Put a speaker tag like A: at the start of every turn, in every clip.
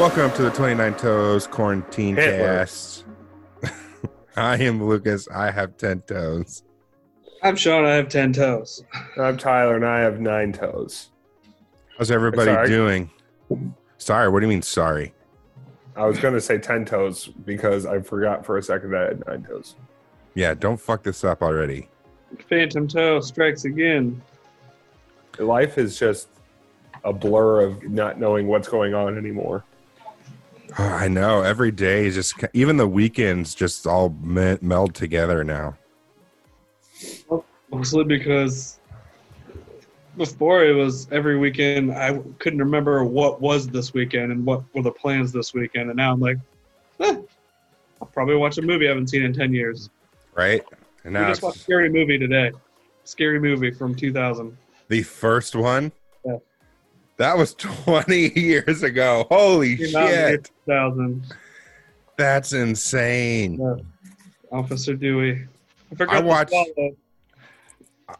A: Welcome to the 29 Toes Quarantine
B: Hitler.
A: Cast. I am Lucas. I have 10 toes.
C: I'm Sean. I have ten toes.
B: I'm Tyler, and I have nine toes.
A: How's everybody
B: Sorry.
A: doing? Sorry. What do you mean, sorry?
B: I was going to say ten toes because I forgot for a second that I had nine toes.
A: Yeah, don't fuck this up already.
C: Phantom toe strikes again.
B: Life is just a blur of not knowing what's going on anymore.
A: Oh, I know. Every day is just, even the weekends just all me- meld together now.
C: Mostly because before it was every weekend. I couldn't remember what was this weekend and what were the plans this weekend. And now I'm like, eh, I'll probably watch a movie I haven't seen in ten years.
A: Right? And
C: we
A: now
C: just watched a
A: it's
C: scary movie today. Scary movie from 2000.
A: the first one.
C: Yeah.
A: That was 20 years ago. Holy
C: Came out in the year
A: shit.
C: 2000.
A: That's insane.
C: Yeah. Officer Dewey. I forgot.
A: I
C: to
A: watched-
C: swallow.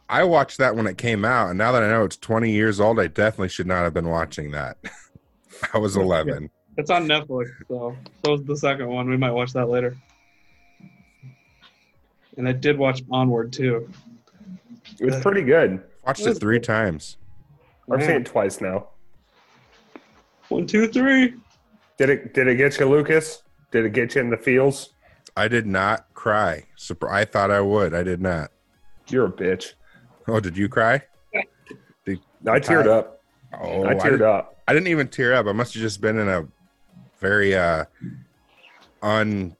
A: I watched that when it came out, and now that I know it's 20 years old, I definitely should not have been watching that. I was 11.
C: It's on Netflix, so so is the second one. We might watch that later. And I did watch Onward too.
B: It was pretty good.
A: Watched it three times.
B: I've seen
C: Yeah.
B: it twice now.
C: One, two, three.
B: Did it? Did it get you, Lucas? Did it get you in the feels?
A: I did not cry. Surpri- I thought I would. I did not.
B: You're a bitch.
A: Oh, did you cry?
B: I teared up.
A: Oh,
B: I
A: did-
B: teared up.
A: I didn't even tear up. I must have just been in a very uh un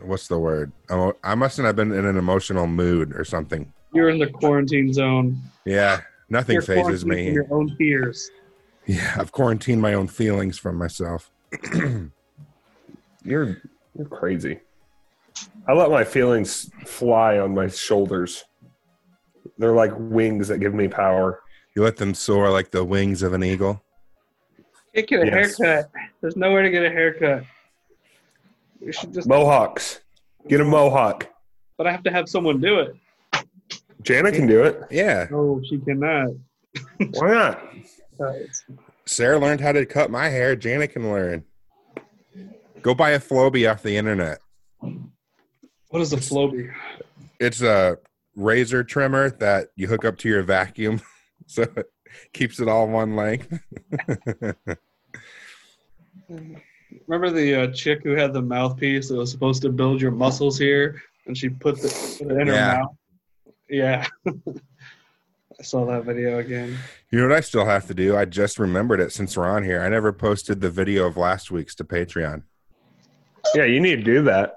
A: what's the word? Emo- I mustn't have been in an emotional mood or something.
C: You're in the quarantine zone.
A: Yeah, nothing
C: You're
A: phases
C: quarantined from
A: me.
C: Your own fears.
A: Yeah, I've quarantined my own feelings from myself.
B: You're you're crazy. I let my feelings fly on my shoulders. They're like wings that give me power.
A: You let them soar like the wings of an eagle.
C: Can't get a
B: Yes.
C: haircut. There's nowhere to get a haircut. You should just.
B: Mohawks. Get a mohawk.
C: But I have to have someone do it.
B: Jana can do it.
A: Yeah,
C: Oh, she cannot.
B: Why not?
C: Uh, it's-
A: Sarah learned how to cut my hair. Janet can learn. Go buy a Flowbee off the internet.
C: what is a floby?
A: It's a razor trimmer that you hook up to your vacuum, so it keeps it all one length.
C: Remember the uh, chick who had the mouthpiece that was supposed to build your muscles here, and she put, the, put it in
A: Yeah.
C: her mouth. Yeah, I saw that video again.
A: You know what I still have to do? I just remembered it since we're on here. I never posted the video of last week's to Patreon.
B: Yeah, you need to do that.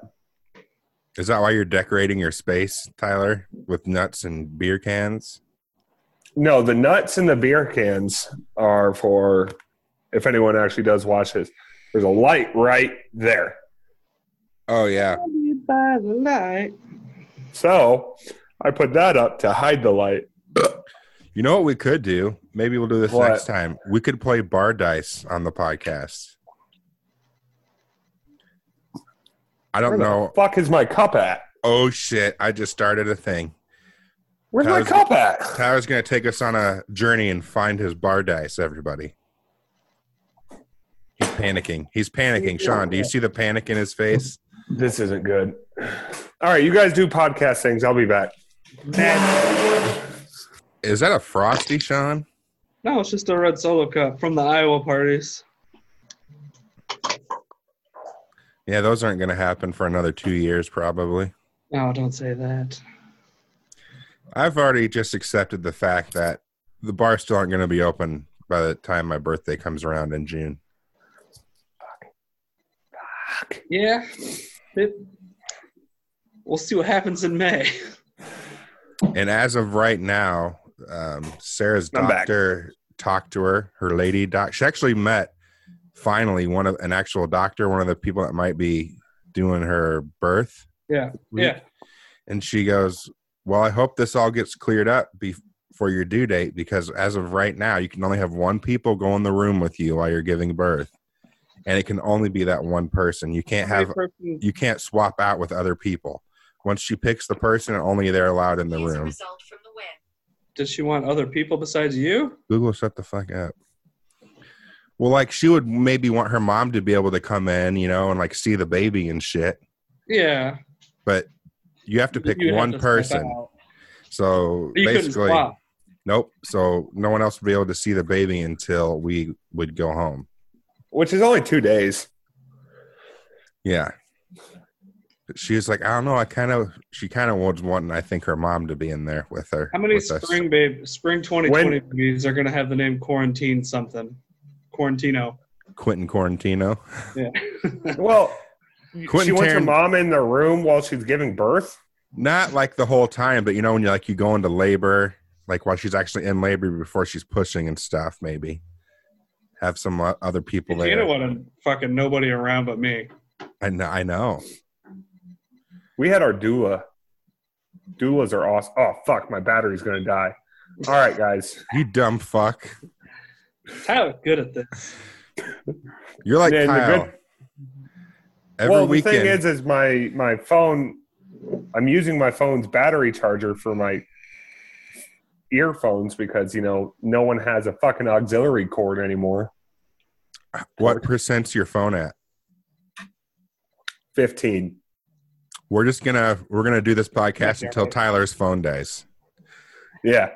A: Is that why you're decorating your space, Tyler, with nuts and beer cans?
B: No, the nuts and the beer cans are for if anyone actually does watch this. There's a light right there.
A: Oh yeah,
C: By the light.
B: So I put that up to hide the light.
A: You know what we could do? Maybe we'll do this
B: What?
A: next time. We could play bar dice on the podcast. I
B: Where
A: don't
B: the
A: know.
B: fuck is my cup at?
A: Oh shit! I just started a thing.
B: Where's my
A: How's-
B: cup at?
A: Tyler's gonna take us on a journey and find his bar dice. Everybody. He's panicking. He's panicking. Sean, do you see the panic in his face?
B: This isn't good. All right, you guys do podcast things. I'll be back.
A: Is that a frosty, Sean?
C: No, it's just a red solo cup from the Iowa parties.
A: Yeah, those aren't gonna happen for another two years, probably.
C: No, don't say that.
A: I've already just accepted the fact that the bars still aren't going to be open by the time my birthday comes around in June.
C: Yeah, it, we'll see what happens in May.
A: And as of right now, um, Sarah's
B: I'm back.
A: doctor talked to her, her lady doc. She actually met finally one of an actual doctor, one of the people that might be doing her birth.
C: Yeah,
A: week.
C: yeah.
A: And she goes, "Well, I hope this all gets cleared up bef for your due date because as of right now, you can only have one people go in the room with you while you're giving birth, and it can only be that one person. You can't have
C: Person-
A: you can't swap out with other people. Once she picks the person, only they're allowed in the
D: Please
A: room.
D: result from the web.
C: Does she want other people besides you?
A: Google, shut the fuck up. Well, like she would maybe want her mom to be able to come in, you know, and like see the baby and shit.
C: Yeah.
A: But you have to pick
C: You have
A: one
C: to step
A: person.
C: out.
A: So
C: You couldn't
A: basically,
C: swap.
A: nope. So no one else would be able to see the baby until we would go home.
B: which is only two days.
A: Yeah. But She was like, I don't know. I kind of, she kind of was wanting, I think, her mom to be in there with her.
C: How many
A: with us.
C: spring babe spring 2020 movies are going to have the name quarantine something? Quarantino.
A: Quentin Quarantino.
C: Yeah.
B: Well, she
A: Quentin
B: wants her
A: Taran-
B: mom in the room while she's giving birth.
A: Not like the whole time, but you know, when you like, you go into labor, like while she's actually in labor before she's pushing and stuff, maybe have some uh, other people
C: You don't
A: there.
C: want to fucking nobody around but me.
A: I know, I know.
B: We had our doula. Doulas are awesome. Oh fuck, my battery's gonna die. All right, guys.
A: You dumb fuck.
C: Tyler's good at this.
A: You're like
B: Man, the
A: Kyle.
B: good-
A: Every
B: well,
A: weekend,
B: the thing is, is my my phone. I'm using my phone's battery charger for my earphones because you know no one has a fucking auxiliary cord anymore.
A: what percent's your phone at?
B: Fifteen.
A: We're just gonna we're gonna do this podcast
C: Yeah,
A: until
C: right.
A: Tyler's phone dies.
B: Yeah.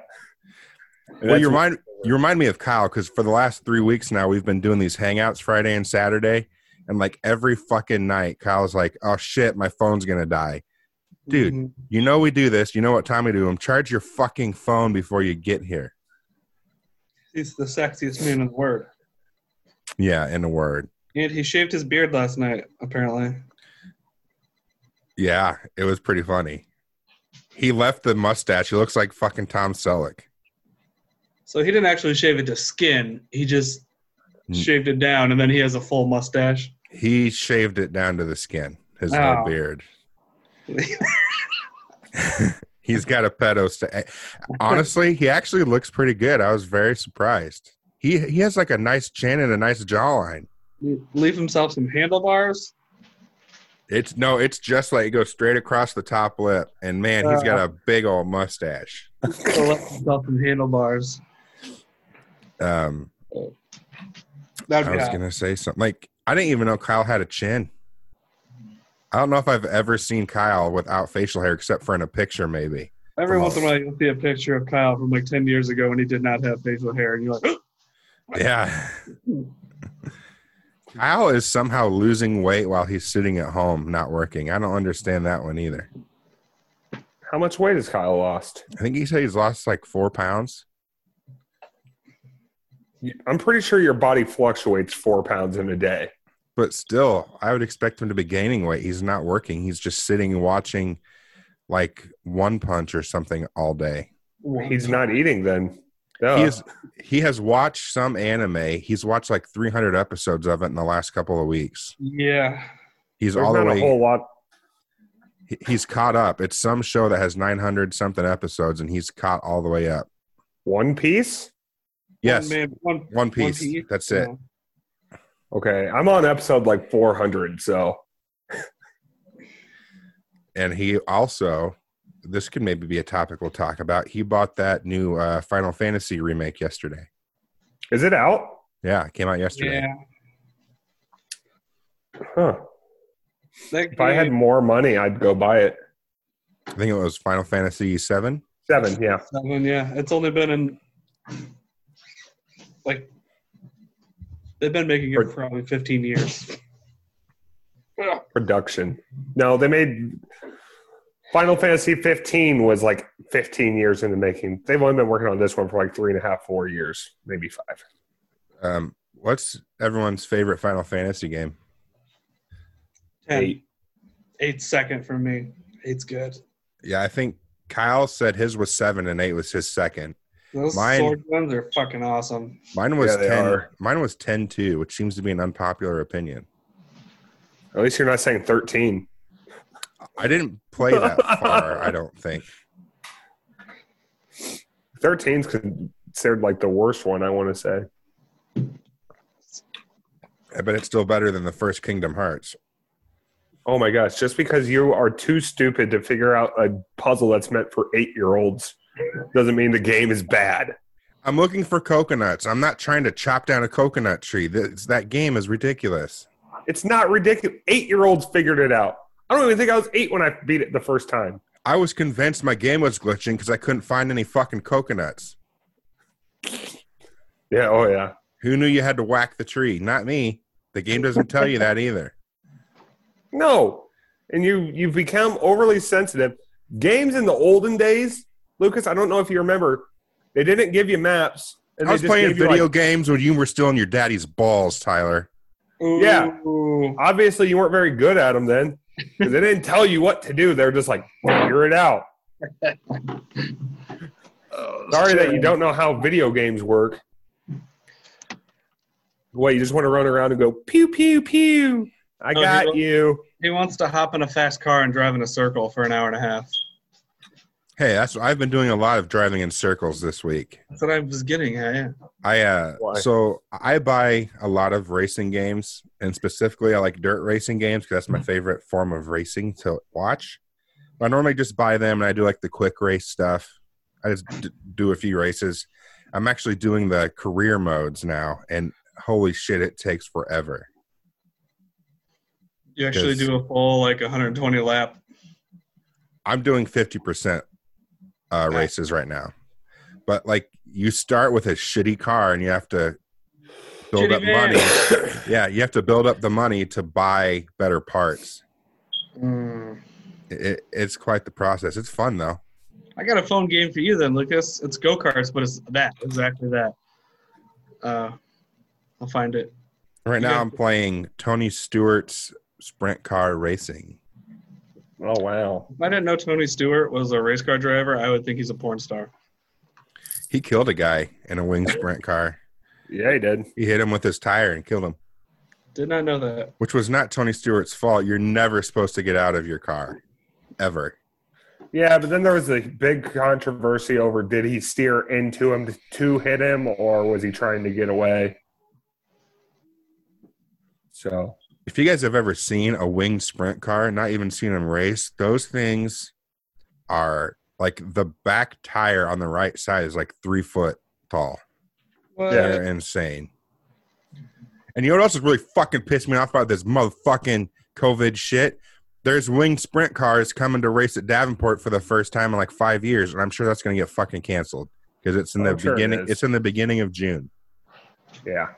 A: Well, you remind you remind me of Kyle because for the last three weeks now we've been doing these hangouts Friday and Saturday, and like every fucking night, Kyle's like, "Oh shit, my phone's gonna die." Dude.
C: Mhm.
A: You know we do this. You know what time we do them. Charge your fucking phone before you get here.
C: He's the sexiest man in the world.
A: Yeah, in a word.
C: And he shaved his beard last night, apparently.
A: Yeah, it was pretty funny. He left the mustache. He looks like fucking Tom Selleck.
C: So he didn't actually shave it to skin. He just
A: Mm.
C: shaved it down, and then he has a full mustache.
A: He shaved it down to the skin, his
C: Oh.
A: whole beard. He's got a pedo sta- Honestly, he actually looks pretty good. I was very surprised. He he has like a nice chin and a nice jawline.
C: Leave himself some handlebars.
A: It's no, it's just like it goes straight across the top lip. And man, he's got a big old mustache.
C: So left himself some handlebars.
A: Um,
C: That'd
A: I
C: be
A: was gonna say something like I didn't even know Kyle had a chin. I don't know if I've ever seen Kyle without facial hair except for in a picture, maybe.
C: Every once in a while, you'll see a picture of Kyle from like 10 years ago when he did not have facial hair, and you're like,
A: Yeah. Kyle is somehow losing weight while he's sitting at home not working. I don't understand that one either.
B: How much weight has Kyle lost?
A: I think he said he's lost like four pounds.
B: I'm pretty sure your body fluctuates four pounds in a day.
A: But still, I would expect him to be gaining weight. He's not working. He's just sitting and watching like one punch or something all day.
B: He's not eating then. Duh.
A: Mm-hmm. He is he has watched some anime. He's watched like 300 episodes of it in the last couple of weeks.
C: yeah.
A: He's
B: There's
A: all the
B: not a
A: way
B: whole lot.
A: he- he's caught up. It's some show that has 900 something episodes and he's caught all the way up.
B: One piece.
A: Yes.
C: One man, one,
A: One
C: one
A: Piece. That's it.
C: No.
B: Okay, I'm on episode like 400. So
A: And he also, this could maybe be a topic we'll talk about. He bought that new uh, Final Fantasy remake yesterday.
B: is it out?
A: Yeah, it came out yesterday.
C: Yeah.
B: Huh.
C: That
B: If I had
C: game-
B: more money, I'd go buy it.
A: I think it was Final Fantasy Seven.
B: Seven. Yeah.
C: Seven, yeah. It's only been in like they've been making it for probably fifteen years. Yeah.
B: Production. No, they made Final Fantasy 15 was like 15 years in the making. They've only been working on this one for like three and a half, four years, maybe five.
A: Um, what's everyone's favorite Final Fantasy game?
C: Ten.
B: Eight.
C: Eight's second for me. Eight's good.
A: Yeah, I think Kyle said his was seven and eight was his second.
C: Those
A: Mine-
C: sword guns are fucking awesome.
A: Mine was
B: Yeah, they
A: ten.
B: are.
A: Mine was ten two, which seems to be an unpopular opinion.
B: At least you're not saying 13.
A: I didn't play that far. I don't think.
B: 13's considered like the worst one, I want to say.
A: I bet it's still better than the first Kingdom Hearts.
B: Oh my gosh, just because you are too stupid to figure out a puzzle that's meant for eight year olds doesn't mean the game is bad.
A: I'm looking for coconuts. I'm not trying to chop down a coconut tree. This, that game is ridiculous.
B: It's not ridiculous. Eight year olds figured it out. I don't even think I was eight when I beat it the first time.
A: I was convinced my game was glitching because I couldn't find any fucking coconuts.
B: Yeah, oh yeah.
A: Who knew you had to whack the tree? Not me. The game doesn't tell you that either.
B: No. And you you become overly sensitive. Games in the olden days, Lucas, I don't know if you remember, they didn't give you maps. And
A: I
B: they
A: was
B: just
A: playing
B: gave you,
A: video
B: like-
A: games when you were still in your daddy's balls, Tyler.
B: Yeah.
C: Ooh.
B: obviously you weren't very good at them then. 'cause they didn't tell you what to do. They're just like, figure it out.
C: Oh,
B: Sorry that you
C: shit.
B: don't know how video games work. Wait, you just want to run around and go pew pew pew. I
C: No,
B: got
C: Oh, he-
B: you.
C: He wants to hop in a fast car and drive in a circle for an hour and a half.
A: Hey, that's I've been doing a lot of driving in circles this week.
C: That's what I was getting at. Yeah.
A: I uh
B: Why?
A: so I buy a lot of racing games and specifically I like dirt racing games because that's my
C: Mm-hmm.
A: favorite form of racing to watch. But I normally just buy them and I do like the quick race stuff. I just d- do a few races. I'm actually doing the career modes now and holy shit it takes forever.
C: You actually
A: Yes.
C: do a full like 120 lap.
A: I'm doing 50% uh, races right now. But like you start with a shitty car and you have to build
C: Shitty
A: up
C: van.
A: money. yeah, you have to build up the money to buy better parts.
C: Mm.
A: It, it's quite the process. It's fun though.
C: I got a phone game for you then, Lucas. It's go karts, but it's that exactly that. Uh, I'll find it.
A: Right now
C: Yeah.
A: I'm playing Tony Stewart's Sprint Car Racing.
B: Oh wow.
C: If I didn't know Tony Stewart was a race car driver, I would think he's a porn star.
A: He killed a guy in a winged sprint car.
B: Yeah, he did.
A: He hit him with his tire and killed him,
C: Did not know that.
A: which was not Tony Stewart's fault. You're never supposed to get out of your car, ever.
B: Yeah, but then there was a big controversy over did he steer into him to, to hit him or was he trying to get away? So
A: if you guys have ever seen a winged sprint car, not even seen them race, those things are like the back tire on the right side is like three foot tall.
C: What?
A: They're insane. And you know what else is really fucking pissed me off about this motherfucking COVID shit? There's winged sprint cars coming to race at Davenport for the first time in like five years, and I'm sure that's going to get fucking canceled because it's in the
B: I'm sure it
A: beginning.
B: is.
A: it's in the beginning of June.
B: yeah.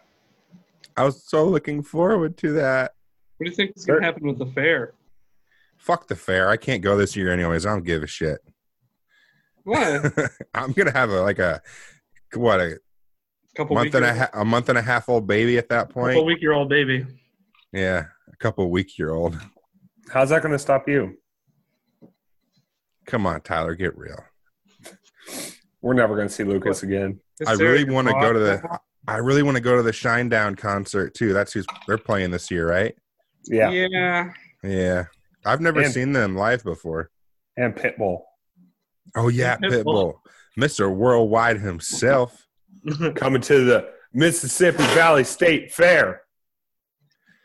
A: I was so looking forward to that.
C: What do you think is going to happen with the fair?
A: Fuck the fair. I can't go this year anyways. I don't give a shit.
C: What? A
A: I'm gonna have a like a what a
C: couple
A: month
C: week
A: and a ha- a month and a half old baby at that
C: couple
A: point.
C: week year old baby.
A: yeah, a couple week year old.
B: How's that gonna stop you?
A: Come on, Tyler, get real.
B: We're never gonna see Lucas again.
A: I really want to go to the. I really want to go to the Shinedown concert too. That's who's they're playing this year, right?
B: Yeah.
C: yeah.
A: Yeah, I've never
B: And-
A: seen them live before.
B: And Pitbull.
A: Oh yeah,
C: Pitbull.
A: Pitbull, Mister Worldwide himself.
B: coming to the Mississippi Valley State Fair.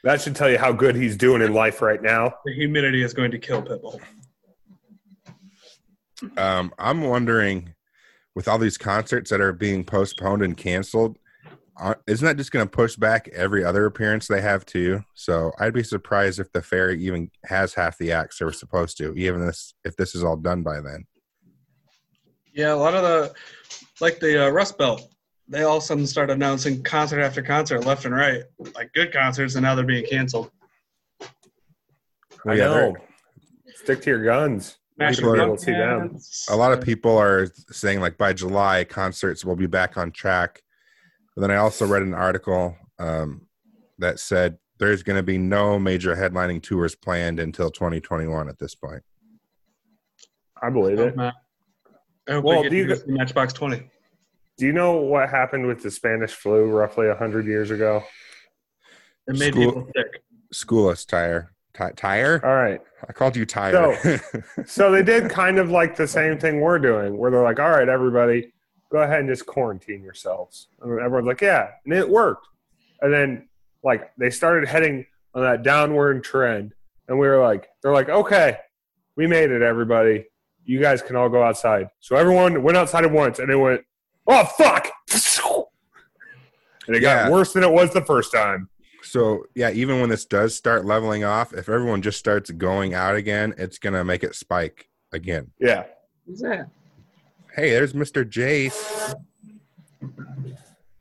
B: That should tell you how good he's doing in life right now.
C: The humidity is going to kill Pitbull.
A: Um, I'm wondering, with all these concerts that are being postponed and canceled, are, isn't that just going to push back every other appearance they have too? So I'd be surprised if the fair even has half the acts they were supposed to, even this if this is all done by then.
C: Yeah, a lot of the, like the uh, Rust Belt, they all of a sudden start announcing concert after concert, left and right, like good concerts, and now they're being canceled.
A: Yeah, they're-
B: Stick to your guns.
C: Smash
A: People
C: and
A: are-
C: Pumpkins.
B: see
A: A
B: them.
A: lot of people are saying like by July concerts will be back on track. But then I also read an article um, that said there's going to be no major headlining tours planned until 2021 at this point.
B: I believe it.
C: I hope
B: Well,
C: we get
B: do you
C: to see Matchbox Twenty.
B: Do you know what happened with the Spanish flu roughly 100 years ago?
C: It made
A: School-
C: people sick.
A: School us, Tyre. Ty- tire?
B: All right.
A: I called you Tyre.
B: So they did kind of like the same thing we're doing, where they're like, all right, everybody, go ahead and just quarantine yourselves. And everyone's like, yeah. And it worked. And then, like, they started heading on that downward trend. And we were like, they're like, okay, we made it, everybody. You guys can all go outside. So everyone went outside at once and it went Oh fuck! And it
A: Yeah.
B: got worse than it was the first time.
A: So yeah, even when this does start leveling off, if everyone just starts going out again, it's gonna make it spike again.
B: Yeah.
C: Who's that?
A: Hey, there's Mr. Jace.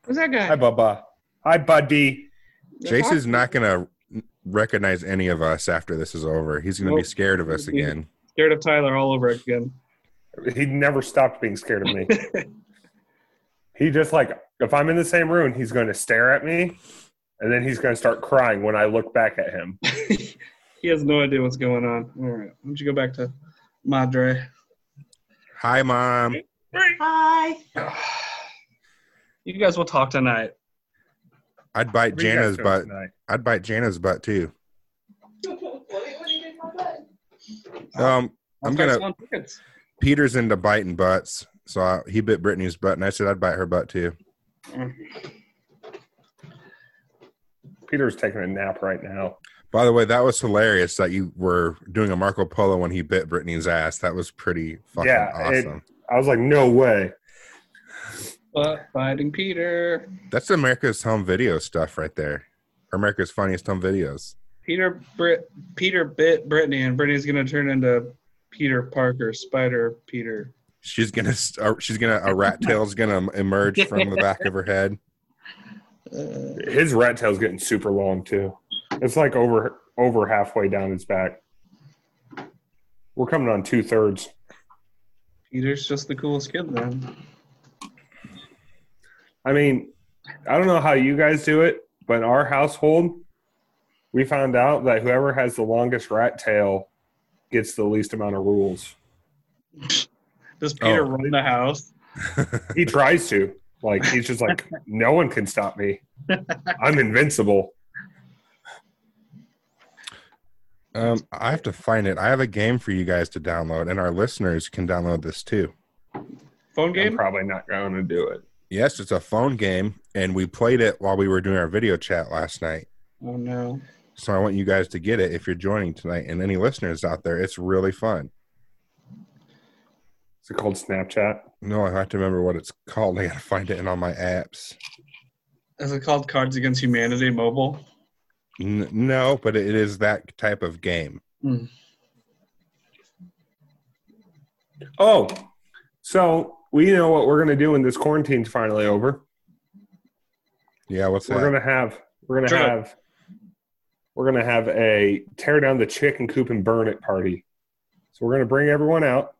C: Who's that
B: Hi,
C: guy?
B: Bubba. Hi, buddy.
A: Jace is not gonna recognize any of us after this is over. He's gonna be
C: Nope.
A: scared of us again.
C: scared of Tyler all over again.
B: He never stopped being scared of me. he just like if I'm in the same room, he's going to stare at me, and then he's going to start crying when I look back at him.
C: he has no idea what's going on. All right, why don't you go back to Madre?
A: Hi, mom.
D: Hi.
C: You guys will talk tonight.
A: I'd bite Jana's butt. I'd bite Jana's butt too. Um, I'm
C: I'll text
A: gonna-
C: one tickets.
A: Peter's into biting butts, so I, he bit Brittany's butt, and I said I'd bite her butt too.
B: Peter's taking a nap right now.
A: By the way, that was hilarious that you were doing a Marco Polo when he bit Brittany's ass. That was pretty fucking
B: Yeah, it-
A: awesome.
B: I was like, no way.
C: But fighting Peter.
A: That's America's home video stuff right there. Or America's funniest home videos.
C: Peter Brit Peter bit Brittany, and Brittany's gonna turn into Peter Parker, Spider Peter.
A: She's gonna, uh, she's gonna, a rat tail's gonna emerge from the back of her head.
C: Uh,
B: His rat tail's getting super long too. It's like over over halfway down his back. We're coming on two thirds.
C: Peter's just the coolest kid then.
B: I mean, I don't know how you guys do it, but in our household, we found out that whoever has the longest rat tail gets the least amount of rules.
C: Does Peter
A: Oh.
C: run the house?
B: He tries to. Like he's just like, no one can stop me. I'm invincible.
A: Um, I have to find it. I have a game for you guys to download, and our listeners can download this too.
C: Phone
B: I'm
C: game?
B: probably not going to do it.
A: Yes, it's a phone game, and we played it while we were doing our video chat last night.
C: Oh no.
A: So I want you guys to get it if you're joining tonight, and any listeners out there, it's really fun.
B: Is it called Snapchat?
A: No, I have to remember what it's called. I gotta find it in all my apps.
C: Is it called Cards Against Humanity Mobile?
A: N- no, but it is that type of game.
C: Mm.
B: Oh, so we know what we're going to do when this quarantine's finally over.
A: Yeah, what's
B: We're
A: that?
B: gonna have we're gonna
C: Sure.
B: have we're gonna have a tear down the chicken coop and burn it party. So we're gonna bring everyone out.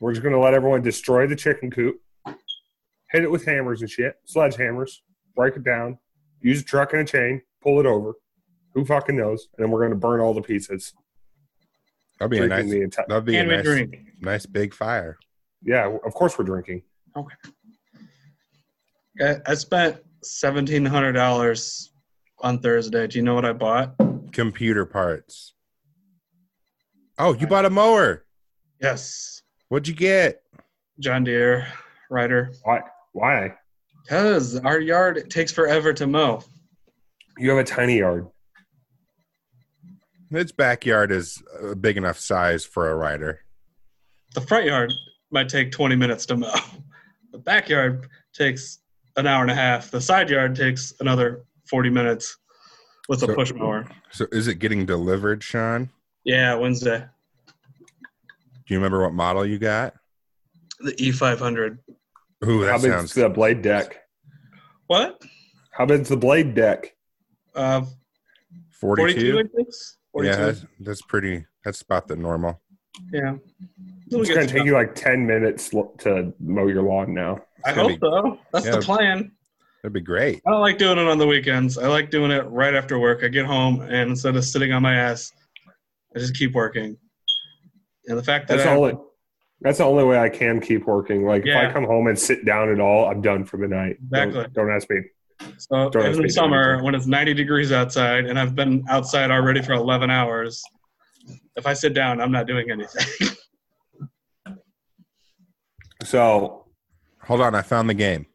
B: We're just gonna let everyone destroy the chicken coop, hit it with hammers and shit, sledgehammers, break it down, use a truck and a chain, pull it over. Who fucking knows? And then we're gonna burn all the pieces.
A: That'd be a
B: Drinking
A: nice.
B: the entire-
A: That'd be a
C: Can we
A: nice,
C: drink?
A: nice big fire.
B: yeah, of course we're drinking.
C: I, I spent seventeen hundred dollars on Thursday. Do you know what I bought?
A: Computer parts. Oh, you bought a mower.
C: Yes,
A: What'd you get?
C: John Deere Ryder.
B: Why?
C: Cause our yard it takes forever to mow.
B: You have a tiny yard.
A: Its backyard is a big enough size for a rider.
C: The front yard might take twenty minutes to mow. The backyard takes an hour and a half. The side yard takes another forty minutes with a
A: So-
C: push mower.
A: So, is it getting delivered, Sean?
C: Yeah, Wednesday
A: Do you remember what model you got?
C: the E five hundred.
A: Ooh,
B: How
A: that
B: big's
A: sounds
B: the blade deck?
C: What?
B: How big's the blade deck?
C: Uh, forty-two.
A: 42.
C: I think. 42.
A: Yeah, that's, that's pretty. That's about the normal.
C: yeah.
B: It's gonna take you like ten minutes lo- to mow your lawn now.
C: I
A: It's gonna
C: hope so. That's
A: yeah.
C: the plan.
A: That'd be great.
C: I don't like doing it on the weekends. I like doing it right after work. I get home and instead of sitting on my ass, I just keep working. And the fact that
B: That's
C: I,
B: all. It, that's the only way I can keep working. Like if
C: Yeah.
B: I come home and sit down at all, I'm done for the night. Don't-
C: Exactly.
B: Don't, ask me.
C: so
B: Jordan
C: in the
B: speaking.
C: summer when it's 90 degrees outside and I've been outside already for 11 hours, if I sit down, I'm not doing anything.
B: So
A: Hold on, I found the game.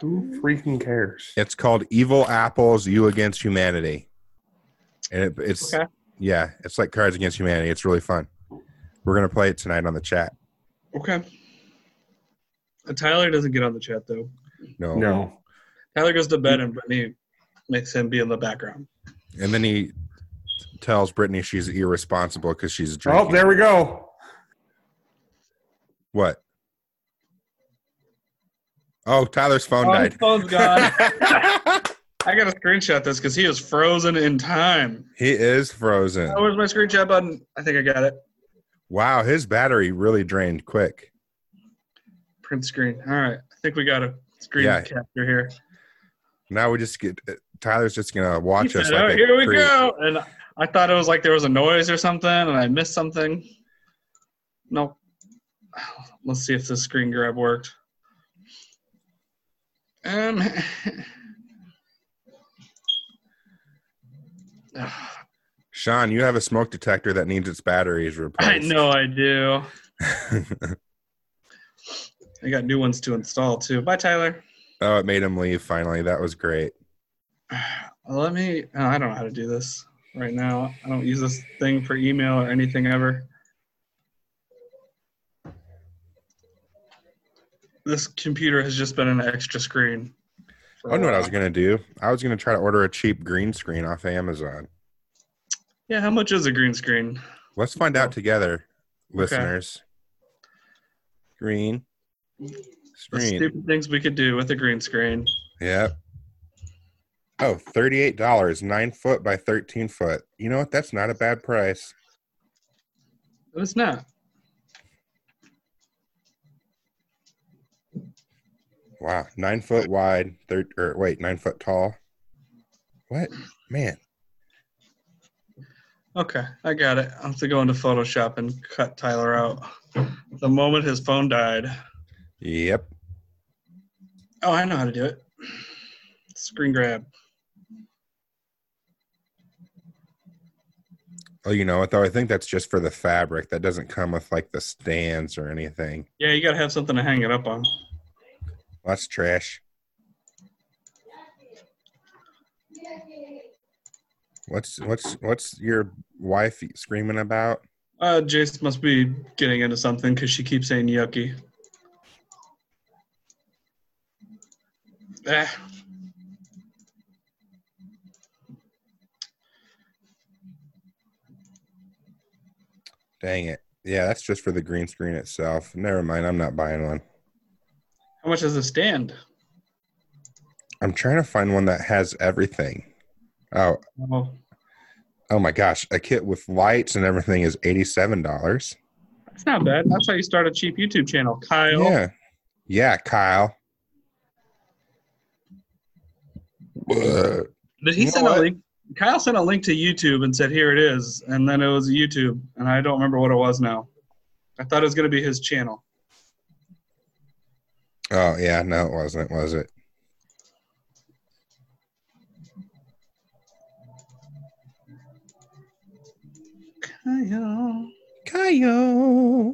B: who freaking cares?
A: It's called Evil Apples: You Against Humanity, and it, it's
C: Okay.
A: yeah, it's like Cards Against Humanity. It's really fun. We're gonna play it tonight on the chat.
C: Okay. Tyler doesn't get on the chat though.
A: No.
B: No.
C: Tyler goes to bed and Brittany makes him be in the background.
A: And then he tells Brittany she's irresponsible because she's drinking.
B: Oh, there we go.
A: What? Oh, Tyler's phone
C: Oh, his
A: died.
C: phone's gone. I gotta screenshot this because he is frozen in time.
A: he is frozen.
C: Oh, where's my screenshot button? I think I got it.
A: Wow, his battery really drained quick.
C: Print screen. All right. I think we got a screen
A: Yeah.
C: capture here.
A: Now we just get Tyler's just gonna
C: He
A: watch us.
C: said,
A: like
C: "Oh,
A: a
C: here we
A: creep.
C: go. And I thought it was like there was a noise or something and I missed something. Nope. Let's see if this screen grab worked. Um.
A: Sean, you have a smoke detector that needs its batteries replaced.
C: I know I do. I got new ones to install too. Bye, Tyler.
A: oh, it made him leave finally. That was great.
C: Let me. oh, I don't know how to do this right now. I don't use this thing for email or anything ever. This computer has just been an extra screen. for
A: I know what I was
C: a while.
A: gonna do. I was gonna try to order a cheap green screen off Amazon.
C: Yeah, how much is a green screen?
A: Let's find out together, listeners. Green
C: The
A: screen.
C: stupid things we could do with a green screen.
A: Yep. Oh, thirty-eight dollars, nine foot by thirteen foot. You know what? That's not a bad price.
C: But it's not.
A: Wow, nine foot wide, third or wait, nine foot tall. What man?
C: Okay, I got it. I'll have to go into Photoshop and cut Tyler out. The moment his phone died.
A: Yep.
C: Oh, I know how to do it. Screen grab.
A: Oh, you know what though? I think that's just for the fabric. That doesn't come with like the stands or anything.
C: Yeah, you gotta have something to hang it up on.
A: That's trash. What's what's what's your wife screaming about?
C: Uh, Jace must be getting into something because she keeps saying yucky. Eh.
A: Dang it. Yeah, that's just for the green screen itself. Never mind, I'm not buying one.
C: How much does it stand?
A: I'm trying to find one that has everything. Oh,
C: Oh,
A: oh my gosh, a kit with lights and everything is eighty-seven dollars.
C: that's not bad. That's how you start a cheap YouTube channel, Kyle.
A: Yeah, yeah, Kyle. Ugh.
C: Did he
A: You know
C: send a
A: what?
C: link? Kyle sent a link to YouTube and said, "Here it is," and then it was YouTube, and I don't remember what it was now. I thought it was gonna be his channel.
A: Oh yeah, no, it wasn't, was it?
C: Kyle.
A: Kyle.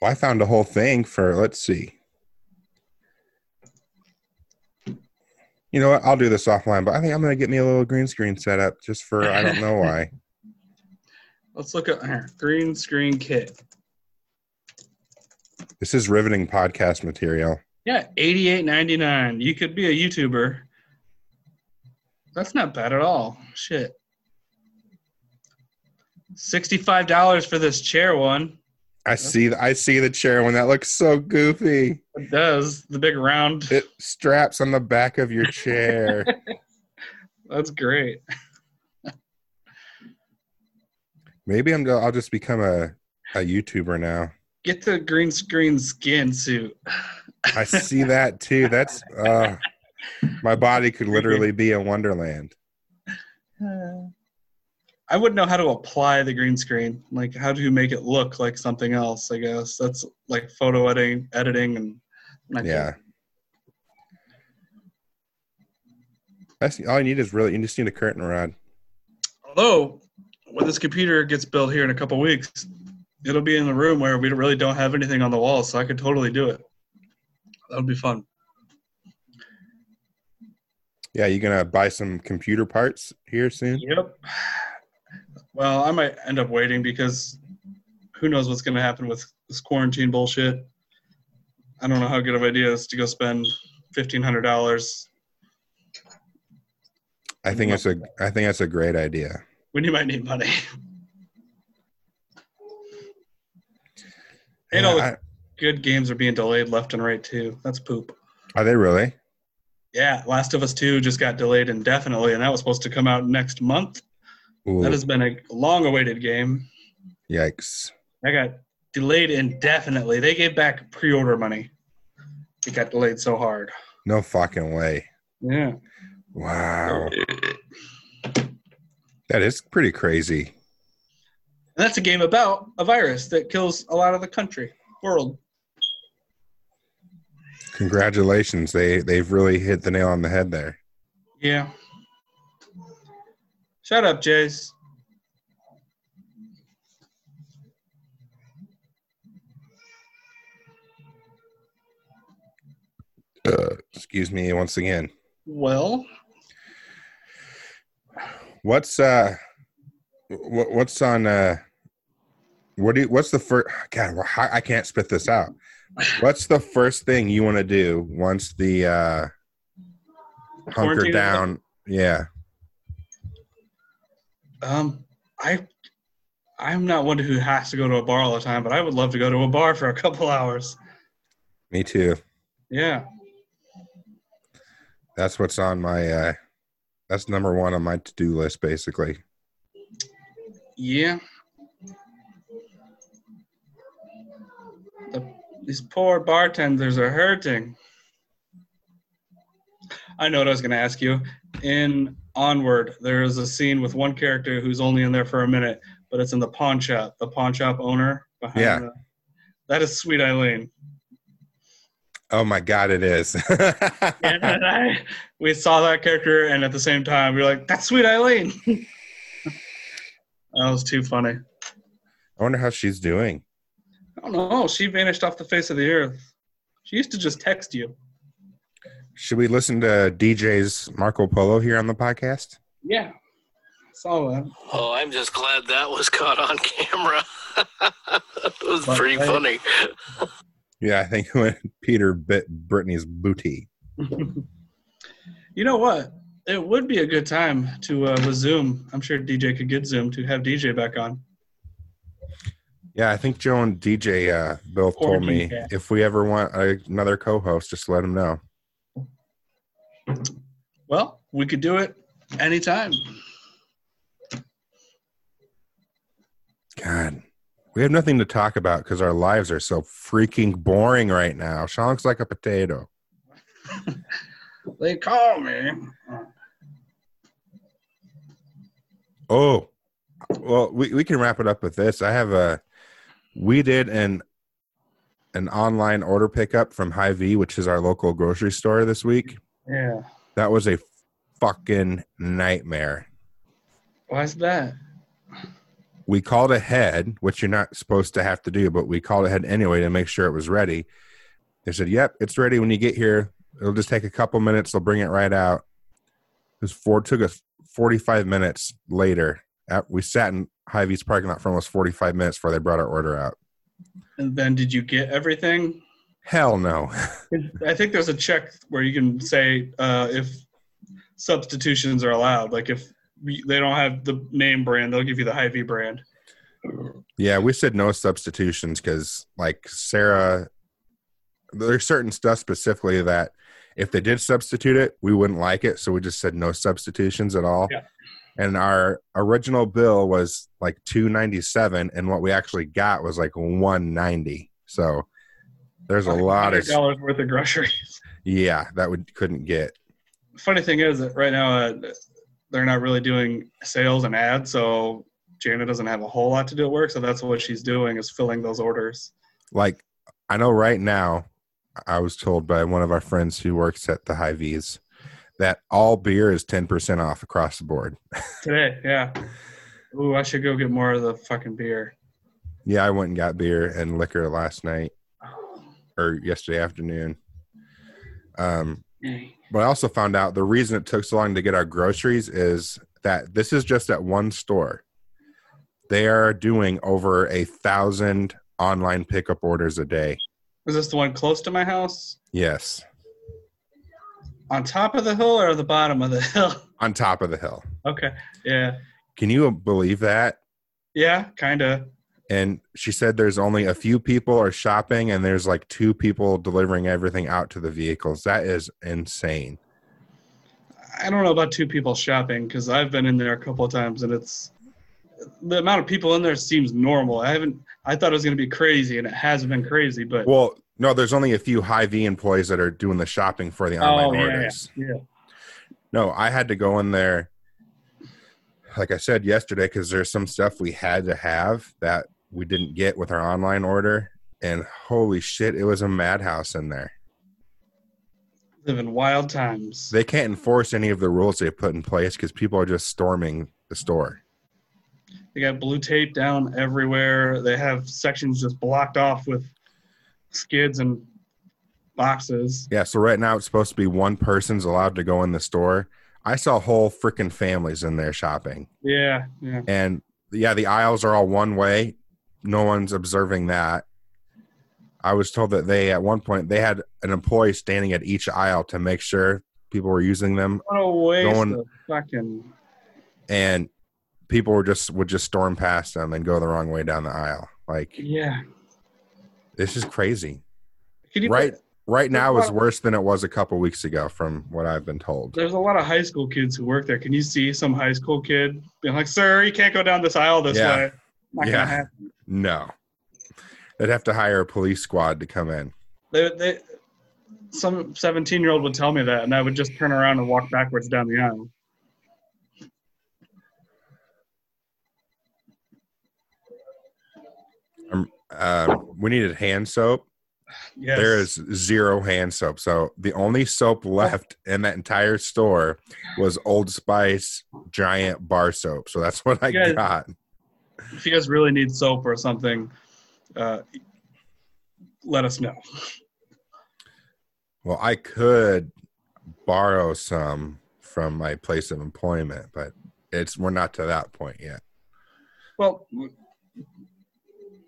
A: Well, I found a whole thing for, let's see. You know what? I'll do this offline, but I think I'm going to get me a little green screen set up just for, I don't know why.
C: Let's look at here. Green screen kit.
A: This is riveting podcast material.
C: Yeah, eighty-eight ninety-nine. You could be a YouTuber. That's not bad at all. Shit. Sixty-five dollars for this chair one.
A: I see, I see the chair one that looks so goofy.
C: It does the big round?
A: It straps on the back of your chair.
C: That's great.
A: Maybe I'm. I'll just become a a YouTuber now.
C: Get the green screen skin suit.
A: I see that too. That's uh, my body could literally be a wonderland.
C: Hmm. I wouldn't know how to apply the green screen. Like how do you make it look like something else? I guess that's like photo editing, editing, and I
A: Yeah. That's all you need is really you just need a curtain rod.
C: Although, when this computer gets built here in a couple weeks, it'll be in the room where we really don't have anything on the wall, so I could totally do it. That would be fun.
A: Yeah, you gonna buy some computer parts here soon?
C: Yep. Well, I might end up waiting because who knows what's going to happen with this quarantine bullshit. I don't know how good of an idea it is to go spend fifteen hundred dollars
A: I think it's a I think that's a great idea.
C: when you might need money. And all the
A: Yeah,
C: good games are being delayed left and right too. That's poop.
A: I- are they really?
C: Yeah, Last of Us Two just got delayed indefinitely, and that was supposed to come out next month.
A: Ooh,
C: That has been a long-awaited game.
A: yikes!
C: That got delayed indefinitely. They gave back pre-order money. It got delayed so hard.
A: No fucking way!
C: Yeah.
A: Wow, that is pretty crazy.
C: And that's a game about a virus that kills a lot of the country, world.
A: Congratulations, they they've really hit the nail on the head there.
C: Yeah. Shut up, Jace.
A: Uh, excuse me once again.
C: Well,
A: What's uh, what, what's on uh, what do you, what's the first? God, wh- how- I can't spit this out. What's the first thing you want to do once the uh,
C: Quarantine
A: hunker
C: is
A: down? Yeah,
C: um, I, I'm not one who has to go to a bar all the time, but I would love to go to a bar for a couple hours.
A: me too.
C: Yeah.
A: That's what's on my. Uh, that's number one on my to-do list, basically.
C: Yeah. The, these poor bartenders are hurting. I know what I was going to ask you. In Onward, there is a scene with one character who's only in there for a minute, but it's in the pawn shop. The pawn shop owner behind.
A: Yeah.
C: The, that is sweet, Eileen.
A: Oh my god, it is.
C: And I, we saw that character, and at the same time, we were like, "That's sweet, Eileen." that was too funny.
A: I wonder how she's doing.
C: I don't know. She vanished off the face of the earth. She used to just text you.
A: Should we listen to DJ's Marco Polo here on the podcast?
C: Yeah. Saw that.
D: Oh, I'm just glad that was caught on camera. it was
C: But
D: pretty
C: I-
D: funny.
A: Yeah, I think when Peter bit Brittany's booty.
C: You know what? It would be a good time to uh, with Zoom. I'm sure DJ could get Zoom to have DJ back on.
A: Yeah, I think Joe and DJ uh, both told me
C: Quarantine cast.
A: if we ever want another co-host, just let them know.
C: Well, we could do it anytime.
A: God, we have nothing to talk about because our lives are so freaking boring right now. Sean looks like a potato.
C: They call me.
A: Oh, well, we, we can wrap it up with this. I have a we did an an online order pickup from High V, which is our local grocery store this week.
C: Yeah.
A: That was a fucking nightmare.
C: Why's that?
A: We called ahead, which you're not supposed to have to do, but we called ahead anyway to make sure it was ready. They said, "Yep, it's ready when you get here. It'll just take a couple minutes. They'll bring it right out." This four took us 45 minutes later. At, we sat in Hy-Vee's parking lot for almost 45 minutes before they brought our order out.
C: And then did you get everything?
A: Hell no.
C: I think there's a check where you can say uh, if substitutions are allowed. Like if we- they don't have the name brand, they'll give you the high V brand.
A: Yeah, we said no substitutions because, like, Sarah, there's certain stuff specifically that if they did substitute it, we wouldn't like it. So we just said no substitutions at all.
C: Yeah.
A: And our original bill was like 297 and what we actually got was like 190. So there's a lot of
C: dollars worth of groceries.
A: yeah, that we couldn't get.
C: funny thing is that right now uh, they're not really doing sales and ads, so Jana doesn't have a whole lot to do at work. So that's what she's doing is filling those orders.
A: Like I know right now, I was told by one of our friends who works at the High V's that all beer is 10% off across the board.
C: Today, yeah. Ooh, I should go get more of the fucking beer.
A: Yeah, I went and got beer and liquor last night
C: Oh,
A: or yesterday afternoon. Um, but I also found out the reason it took so long to get our groceries is that this is just at one store. They are doing over a thousand online pickup orders a day.
C: Is this the one close to my house?
A: Yes,
C: On top of the hill or the bottom of the hill?
A: on top of the hill.
C: okay. Yeah.
A: Can you believe that?
C: Yeah, kind of.
A: And she said there's only a few people are shopping, and there's like two people delivering everything out to the vehicles. That is insane.
C: I don't know about two people shopping because I've been in there a couple of times and it's the amount of people in there seems normal. I haven't. I thought it was going to be crazy and it has been crazy, but
A: Well, no, there's only a few high V employees that are doing the shopping for the online
C: Oh, yeah, yeah,
A: orders.
C: yeah.
A: No, I had to go in there, like I said yesterday, because there's some stuff we had to have that we didn't get with our online order. And holy shit, it was a madhouse in there.
C: live in wild times.
A: They can't enforce any of the rules they put in place because people are just storming the store.
C: They got blue tape down everywhere. They have sections just blocked off with skids and boxes.
A: Yeah, so right now it's supposed to be one person's allowed to go in the store. I saw whole freaking families in there shopping.
C: Yeah, yeah.
A: and yeah, the aisles are all one way. No one's observing that. I was told that they at one point they had an employee standing at each aisle to make sure people were using them,
C: What a waste
A: Going-
C: of fucking.
A: and people were just would just storm past them and go the wrong way down the aisle. Like
C: Yeah.
A: this is crazy.
C: Can you
A: Right right now is worse than it was a couple weeks ago, from what I've been told.
C: There's a lot of high school kids who work there. Can you see some high school kid being like, "Sir, you can't go down this aisle this
A: Yeah.
C: way." Not
A: Yeah.
C: gonna happen.
A: No, they'd have to hire a police squad to come in.
C: They, they, some 17 year old would tell me that, and I would just turn around and walk backwards down the aisle.
A: Um, we needed hand soap.
C: Yes.
A: There is zero hand soap. So the only soap left in that entire store was Old Spice giant bar soap. So that's what I
C: Yes.
A: got.
C: if you guys really need soap or something, uh, let us know.
A: Well, I could borrow some from my place of employment, but it's we're not to that point yet.
C: Well, w-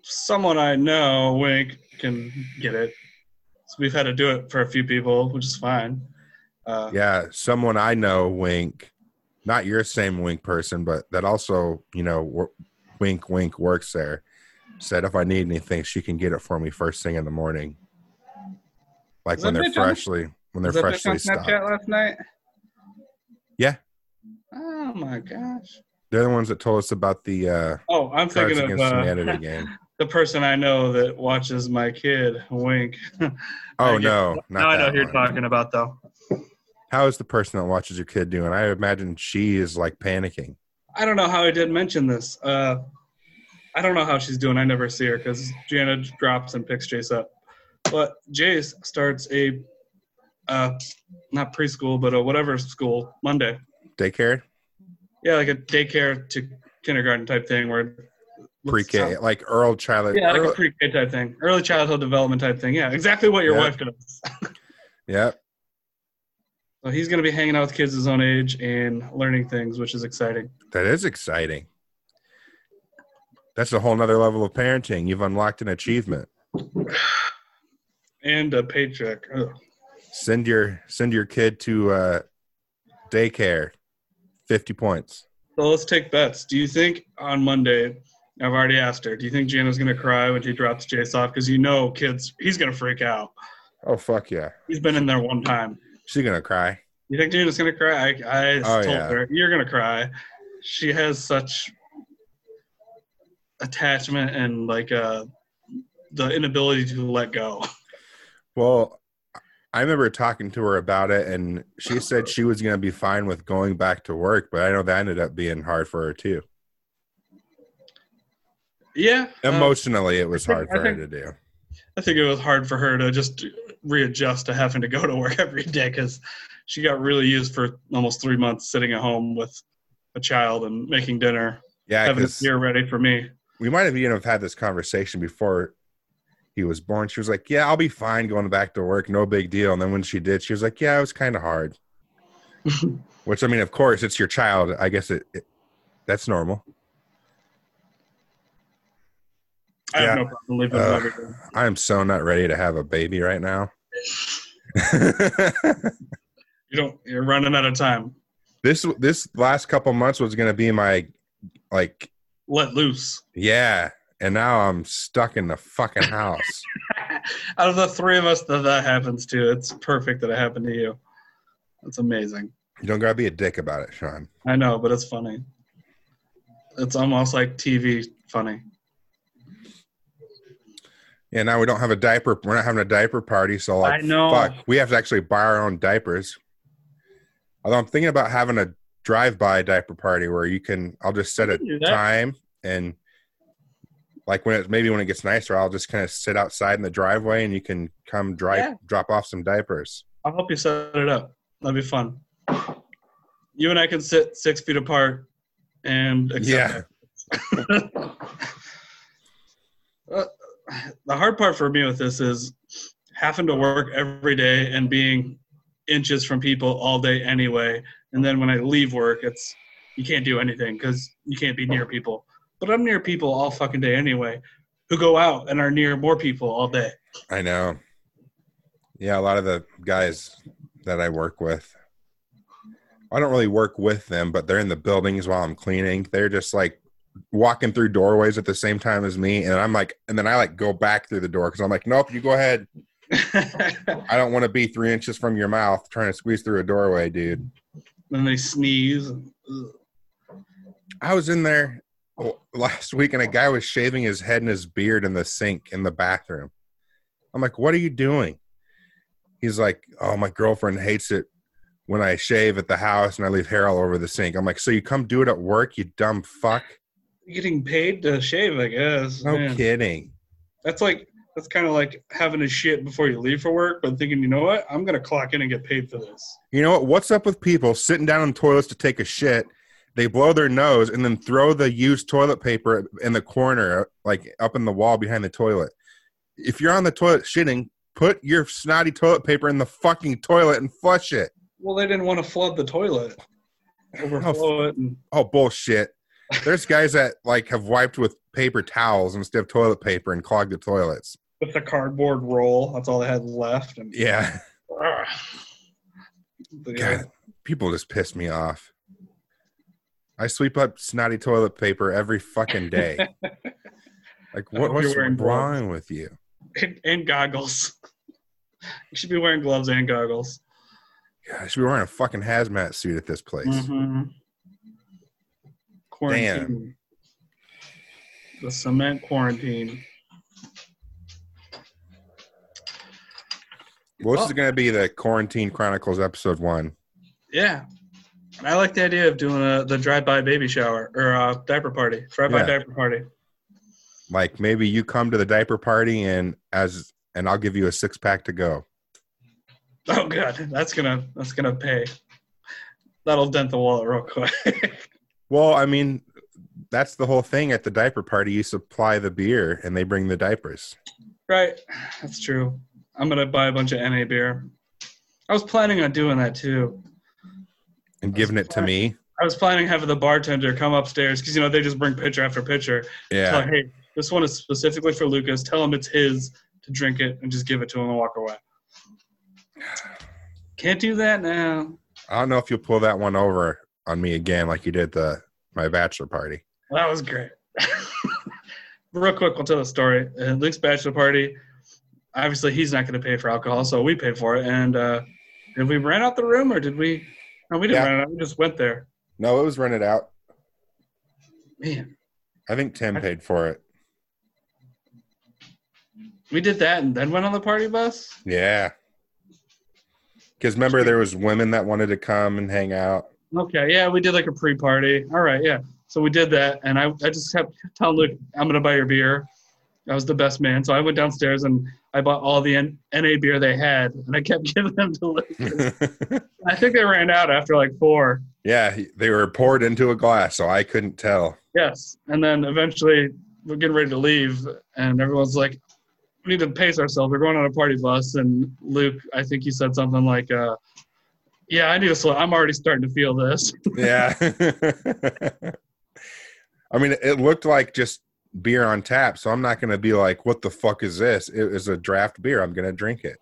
C: someone I know, Wink, can get it. So we've had to do it for a few people, which is fine. Uh,
A: Yeah, someone I know, Wink, not your same Wink person, but that also, you know, wor- Wink Wink works there. Said if I need anything, she can get it for me first thing in the morning. Like
C: Is
A: when
C: that
A: they're
C: bitch on-
A: freshly when they're
C: Was that bitch
A: freshly
C: on
A: stocked.
C: Snapchat last night?
A: Yeah.
C: Oh my gosh.
A: They're the ones that told us about the uh,
C: Oh, I'm
A: Cards
C: thinking of
A: Against Humanity
C: uh,
A: game.
C: the person I know that watches my kid, Wink.
A: Oh
C: get-
A: no, not
C: now I know
A: that
C: who you're
A: one.
C: talking about, though.
A: How is the person that watches your kid doing? I imagine she is like panicking.
C: I don't know how I did mention this. Uh, I don't know how she's doing. I never see her because Jana drops and picks Jace up. But Jace starts a, uh, not preschool, but a whatever school Monday.
A: Daycare,
C: Yeah, like a daycare to kindergarten type thing where
A: pre-K, like Earl Child.
C: Yeah, like a
A: Earl-
C: pre-K type thing, early childhood development type thing. Yeah, exactly what your
A: Yeah.
C: wife does.
A: yep.
C: So he's gonna be hanging out with kids his own age and learning things, which is exciting.
A: That is exciting. That's a whole nother level of parenting. You've unlocked an achievement.
C: And a paycheck. Ugh.
A: Send your send your kid to uh, daycare. Fifty points.
C: So let's take bets. Do you think on Monday, I've already asked her, do you think Jana's going to cry when she drops Jace off? Because you know, kids, he's going to freak out.
A: Oh fuck yeah!
C: He's been in there one time.
A: She's gonna cry.
C: You think Jana's going to cry? I, I
A: Oh,
C: told
A: yeah.
C: her, you're going to cry. She has such attachment and like uh, the inability to let go.
A: Well, I remember talking to her about it, and she said she was going to be fine with going back to work, but I know that ended up being hard for her too.
C: Yeah. uh,
A: Emotionally, it was
C: I
A: hard
C: think- I
A: for her
C: think-
A: to do.
C: I think it was hard for her to just readjust to having to go to work every day because she got really used for almost three months sitting at home with a child and making dinner,
A: Yeah,
C: having a
A: 'cause
C: beer ready for me.
A: we might have even have had this conversation before he was born. She was like, "Yeah, I'll be fine going back to work, no big deal." And then when she did, she was like, "Yeah, it was kind of hard." Which I mean, of course, it's your child. I guess it, it that's normal.
C: I have
A: Yeah.
C: no problem leaving
A: Uh,
C: them everywhere.
A: I am so not ready to have a baby right now.
C: You don't. You're running out of time.
A: this this last couple months was going to be my like
C: Let loose.
A: yeah, and now I'm stuck in the fucking house.
C: Out of the three of us that that happens to, it's perfect that it happened to you. That's amazing.
A: you don't got to be a dick about it, Sean.
C: I know, but it's funny. It's almost like TV funny.
A: Yeah, now we don't have a diaper. We're not having a diaper party, so like,
C: I know.
A: fuck, we have to actually buy our own diapers. Although I'm thinking about having a drive-by diaper party where you can, I'll just set a
C: You can do that.
A: time and like when it maybe when it gets nicer, I'll just kind of sit outside in the driveway and you can come drive
C: Yeah.
A: drop off some diapers.
C: I'll help you set it up. That'd be fun. You and I can sit six feet apart and accept it. Uh, the hard part for me with this is having to work every day and being inches from people all day anyway. And then when I leave work, it's you can't do anything because you can't be near people. But I'm near people all fucking day anyway, who go out and are near more people all day.
A: I know. Yeah, a lot of the guys that I work with, I don't really work with them, but they're in the buildings while I'm cleaning. They're just like walking through doorways at the same time as me. And I'm like, and then I like go back through the door because I'm like, nope, you go ahead. I don't want to be three inches from your mouth trying to squeeze through a doorway, dude.
C: then they sneeze. and- ugh.
A: I was in there last week and a guy was shaving his head and his beard in the sink in the bathroom. I'm like, what are you doing? He's like, oh, my girlfriend hates it when I shave at the house and I leave hair all over the sink. I'm like, so you come do it at work, you dumb fuck?
C: getting paid to shave, I guess.
A: No
C: man.
A: kidding.
C: That's like that's kind of like having a shit before you leave for work, but thinking, you know what, I'm gonna clock in and get paid for this.
A: You know what? What's up with people sitting down on toilets to take a shit? They blow their nose and then throw the used toilet paper in the corner, like up in the wall behind the toilet. If you're on the toilet shitting, put your snotty toilet paper in the fucking toilet and flush it.
C: Well, they didn't want to flood the toilet, overflow it, and
A: Oh, bullshit. There's guys that like have wiped with paper towels instead of toilet paper and clogged the toilets.
C: with the cardboard roll. That's all they had left. And
A: Yeah.
C: Ugh. But yeah,
A: God, people just piss me off. I sweep up snotty toilet paper every fucking day. like,
C: I
A: what,
C: hope you're
A: what's
C: wearing
A: wrong
C: gloves.
A: with you?
C: and, and goggles. You should be wearing gloves and goggles.
A: God, I should be wearing a fucking hazmat suit at this place.
C: Mhm. Quarantine. The cement quarantine.
A: Well, this
C: Oh.
A: is going to be the Quarantine Chronicles episode one.
C: Yeah. I like the idea of doing a, the drive-by baby shower or uh, diaper party, drive-by
A: Yeah.
C: diaper party.
A: Like, maybe you come to the diaper party and as and I'll give you a six pack to go.
C: Oh god, that's gonna that's gonna pay. That'll dent the wallet real quick.
A: Well, I mean, that's the whole thing at the diaper party. You supply the beer and they bring the diapers.
C: right, that's true. I'm gonna buy a bunch of NA beer. I was planning on doing that too.
A: And giving it to me.
C: I was planning on having the bartender come upstairs because you know they just bring pitcher after pitcher. Tell her,
A: Yeah.
C: hey, this one is specifically for Lucas. Tell him it's his to drink it and just give it to him and walk away. Can't do that now.
A: I don't know if you'll pull that one over on me again like you did the my bachelor party.
C: That was great. Real quick, we'll tell the story. Uh, Luke's bachelor party. Obviously, he's not going to pay for alcohol, so we paid for it. And uh, did we rent out the room, or did we? No, we didn't
A: Yeah.
C: rent it out. We just went there.
A: No, it was rented out.
C: Man,
A: I think Tim paid for it.
C: we did that and then went on the party bus.
A: Yeah. Because remember, there was women that wanted to come and hang out.
C: Okay, yeah, we did like a pre-party. All right, yeah. So we did that, and I, I just kept telling Luke, I'm gonna buy your beer. I was the best man, so I went downstairs and I bought all the N- NA beer they had, and I kept giving them to Luke. I think they ran out after like four.
A: yeah, they were poured into a glass, so I couldn't tell.
C: Yes, and then eventually we're getting ready to leave, and everyone's like, "We need to pace ourselves. We're going on a party bus." And Luke, I think he said something like, uh, "Yeah, I need to slow. I'm already starting to feel this."
A: Yeah. I mean, it looked like just beer on tap, so I'm not going to be like, "What the fuck is this?" It is a draft beer. I'm going to drink it.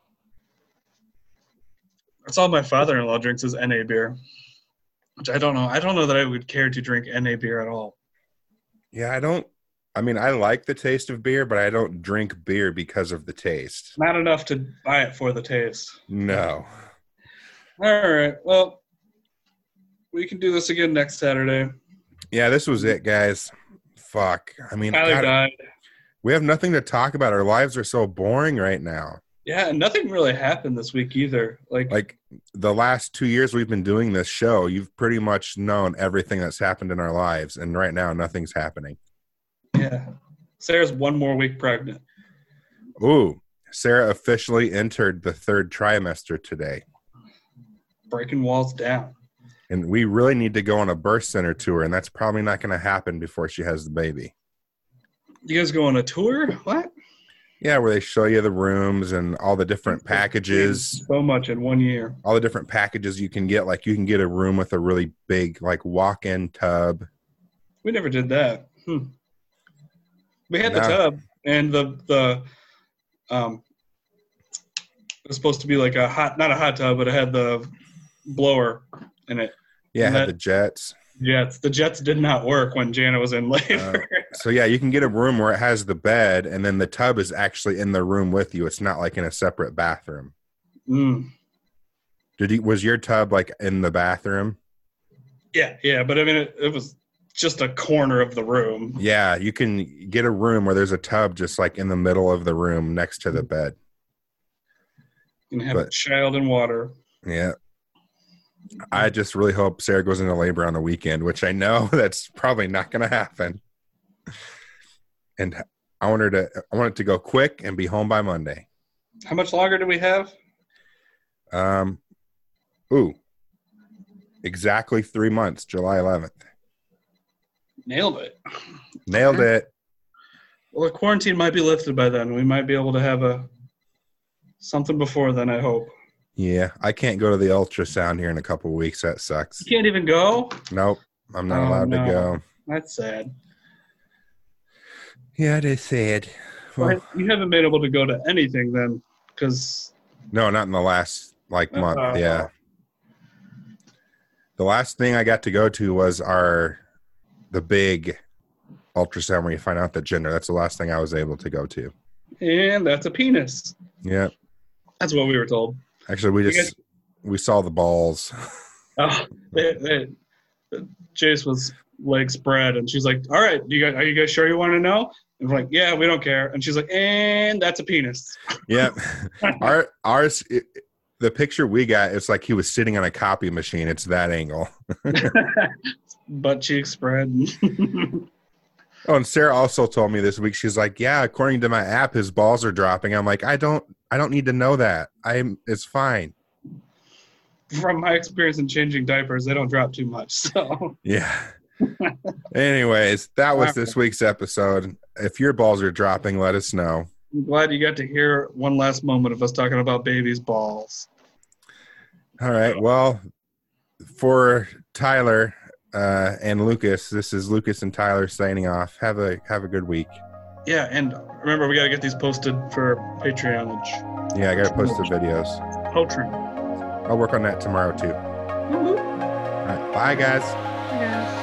C: That's all my father-in-law drinks is NA beer, which I don't know. I don't know that I would care to drink NA beer at all.
A: Yeah, I don't. I mean, I like the taste of beer, but I don't drink beer because of the taste.
C: Not enough to buy it for the taste.
A: No.
C: All right. Well, we can do this again next Saturday.
A: Yeah, this was it, guys. Fuck. I mean,
C: Tyler
A: God,
C: died.
A: we have nothing to talk about. Our lives are so boring right now.
C: Yeah, and nothing really happened this week either. Like,
A: Like the last two years we've been doing this show, you've pretty much known everything that's happened in our lives, and right now nothing's happening.
C: yeah, Sarah's one more week pregnant.
A: Ooh, Sarah officially entered the third trimester today,
C: Breaking walls down.
A: and we really need to go on a birth center tour, and that's probably not going to happen before she has the baby.
C: You guys go on a tour? What?
A: Yeah, where they show you the rooms and all the different packages.
C: So much in one year.
A: all the different packages you can get. Like you can get a room with a really big like walk-in tub.
C: We never did that. Hmm. We had the
A: No.
C: tub and the the um it was supposed to be like a hot not a hot tub, but it had the blower in it.
A: Yeah, it
C: That-
A: had the jets.
C: Jets. The jets did not work when Jana was in labor.
A: So yeah, you can get a room where it has the bed and then the tub is actually in the room with you. It's not like in a separate bathroom.
C: mm.
A: Did you was your tub like in the bathroom?
C: Yeah, yeah, but I mean it, it was just a corner of the room.
A: Yeah, you can get a room where there's a tub just like in the middle of the room next to the bed.
C: You can have a
A: But-
C: child in water.
A: Yeah. I just really hope Sarah goes into labor on the weekend, which I know that's probably not going to happen. And I want her to, I want it to go quick and be home by Monday.
C: How much longer do we have?
A: Um, ooh, exactly three months, July 11th.
C: Nailed it.
A: Nailed it.
C: Well, the quarantine might be lifted by then. We might be able to have a something before then. I hope.
A: Yeah, I can't go to the ultrasound here in a couple weeks. That sucks.
C: You can't even go.
A: Nope, I'm not
C: Oh,
A: allowed
C: no.
A: to go.
C: That's sad.
A: Yeah, it is sad. Well,
C: you haven't been able to go to anything then, because
A: No, not in the last like month.
C: Uh-oh.
A: yeah. The last thing I got to go to was our the big ultrasound where you find out the gender. That's the last thing I was able to go to.
C: and that's a penis.
A: Yeah.
C: That's what we were told.
A: Actually we
C: You
A: just we saw the balls.
C: Oh, they, they, Jace was legs spread, and she's like, "All right, do you guys, are you guys sure you want to know?" And we're like, "Yeah, we don't care." And she's like, "And that's a penis."
A: yep. our ours it, the picture we got it's like he was sitting on a copy machine. It's that angle.
C: Butt cheek spread.
A: Oh, and Sarah also told me this week she's like, "Yeah, according to my app his balls are dropping." I'm like, "I don't I don't need to know that. I'm it's fine."
C: From my experience in changing diapers, they don't drop too much. So.
A: Yeah. Anyways, that was this week's episode. If your balls are dropping, let us know.
C: I'm glad you got to hear one last moment of us talking about babies' balls.
A: All right. Well, for Tyler uh, and Lucas, this is Lucas and Tyler signing off. Have a have a good week.
C: Yeah, and remember, we got to get these posted for Patreon and sh-
A: Yeah, I gotta post the videos.
C: Patreon.
A: I'll work on that tomorrow too. All right. Bye, guys.
C: Yes.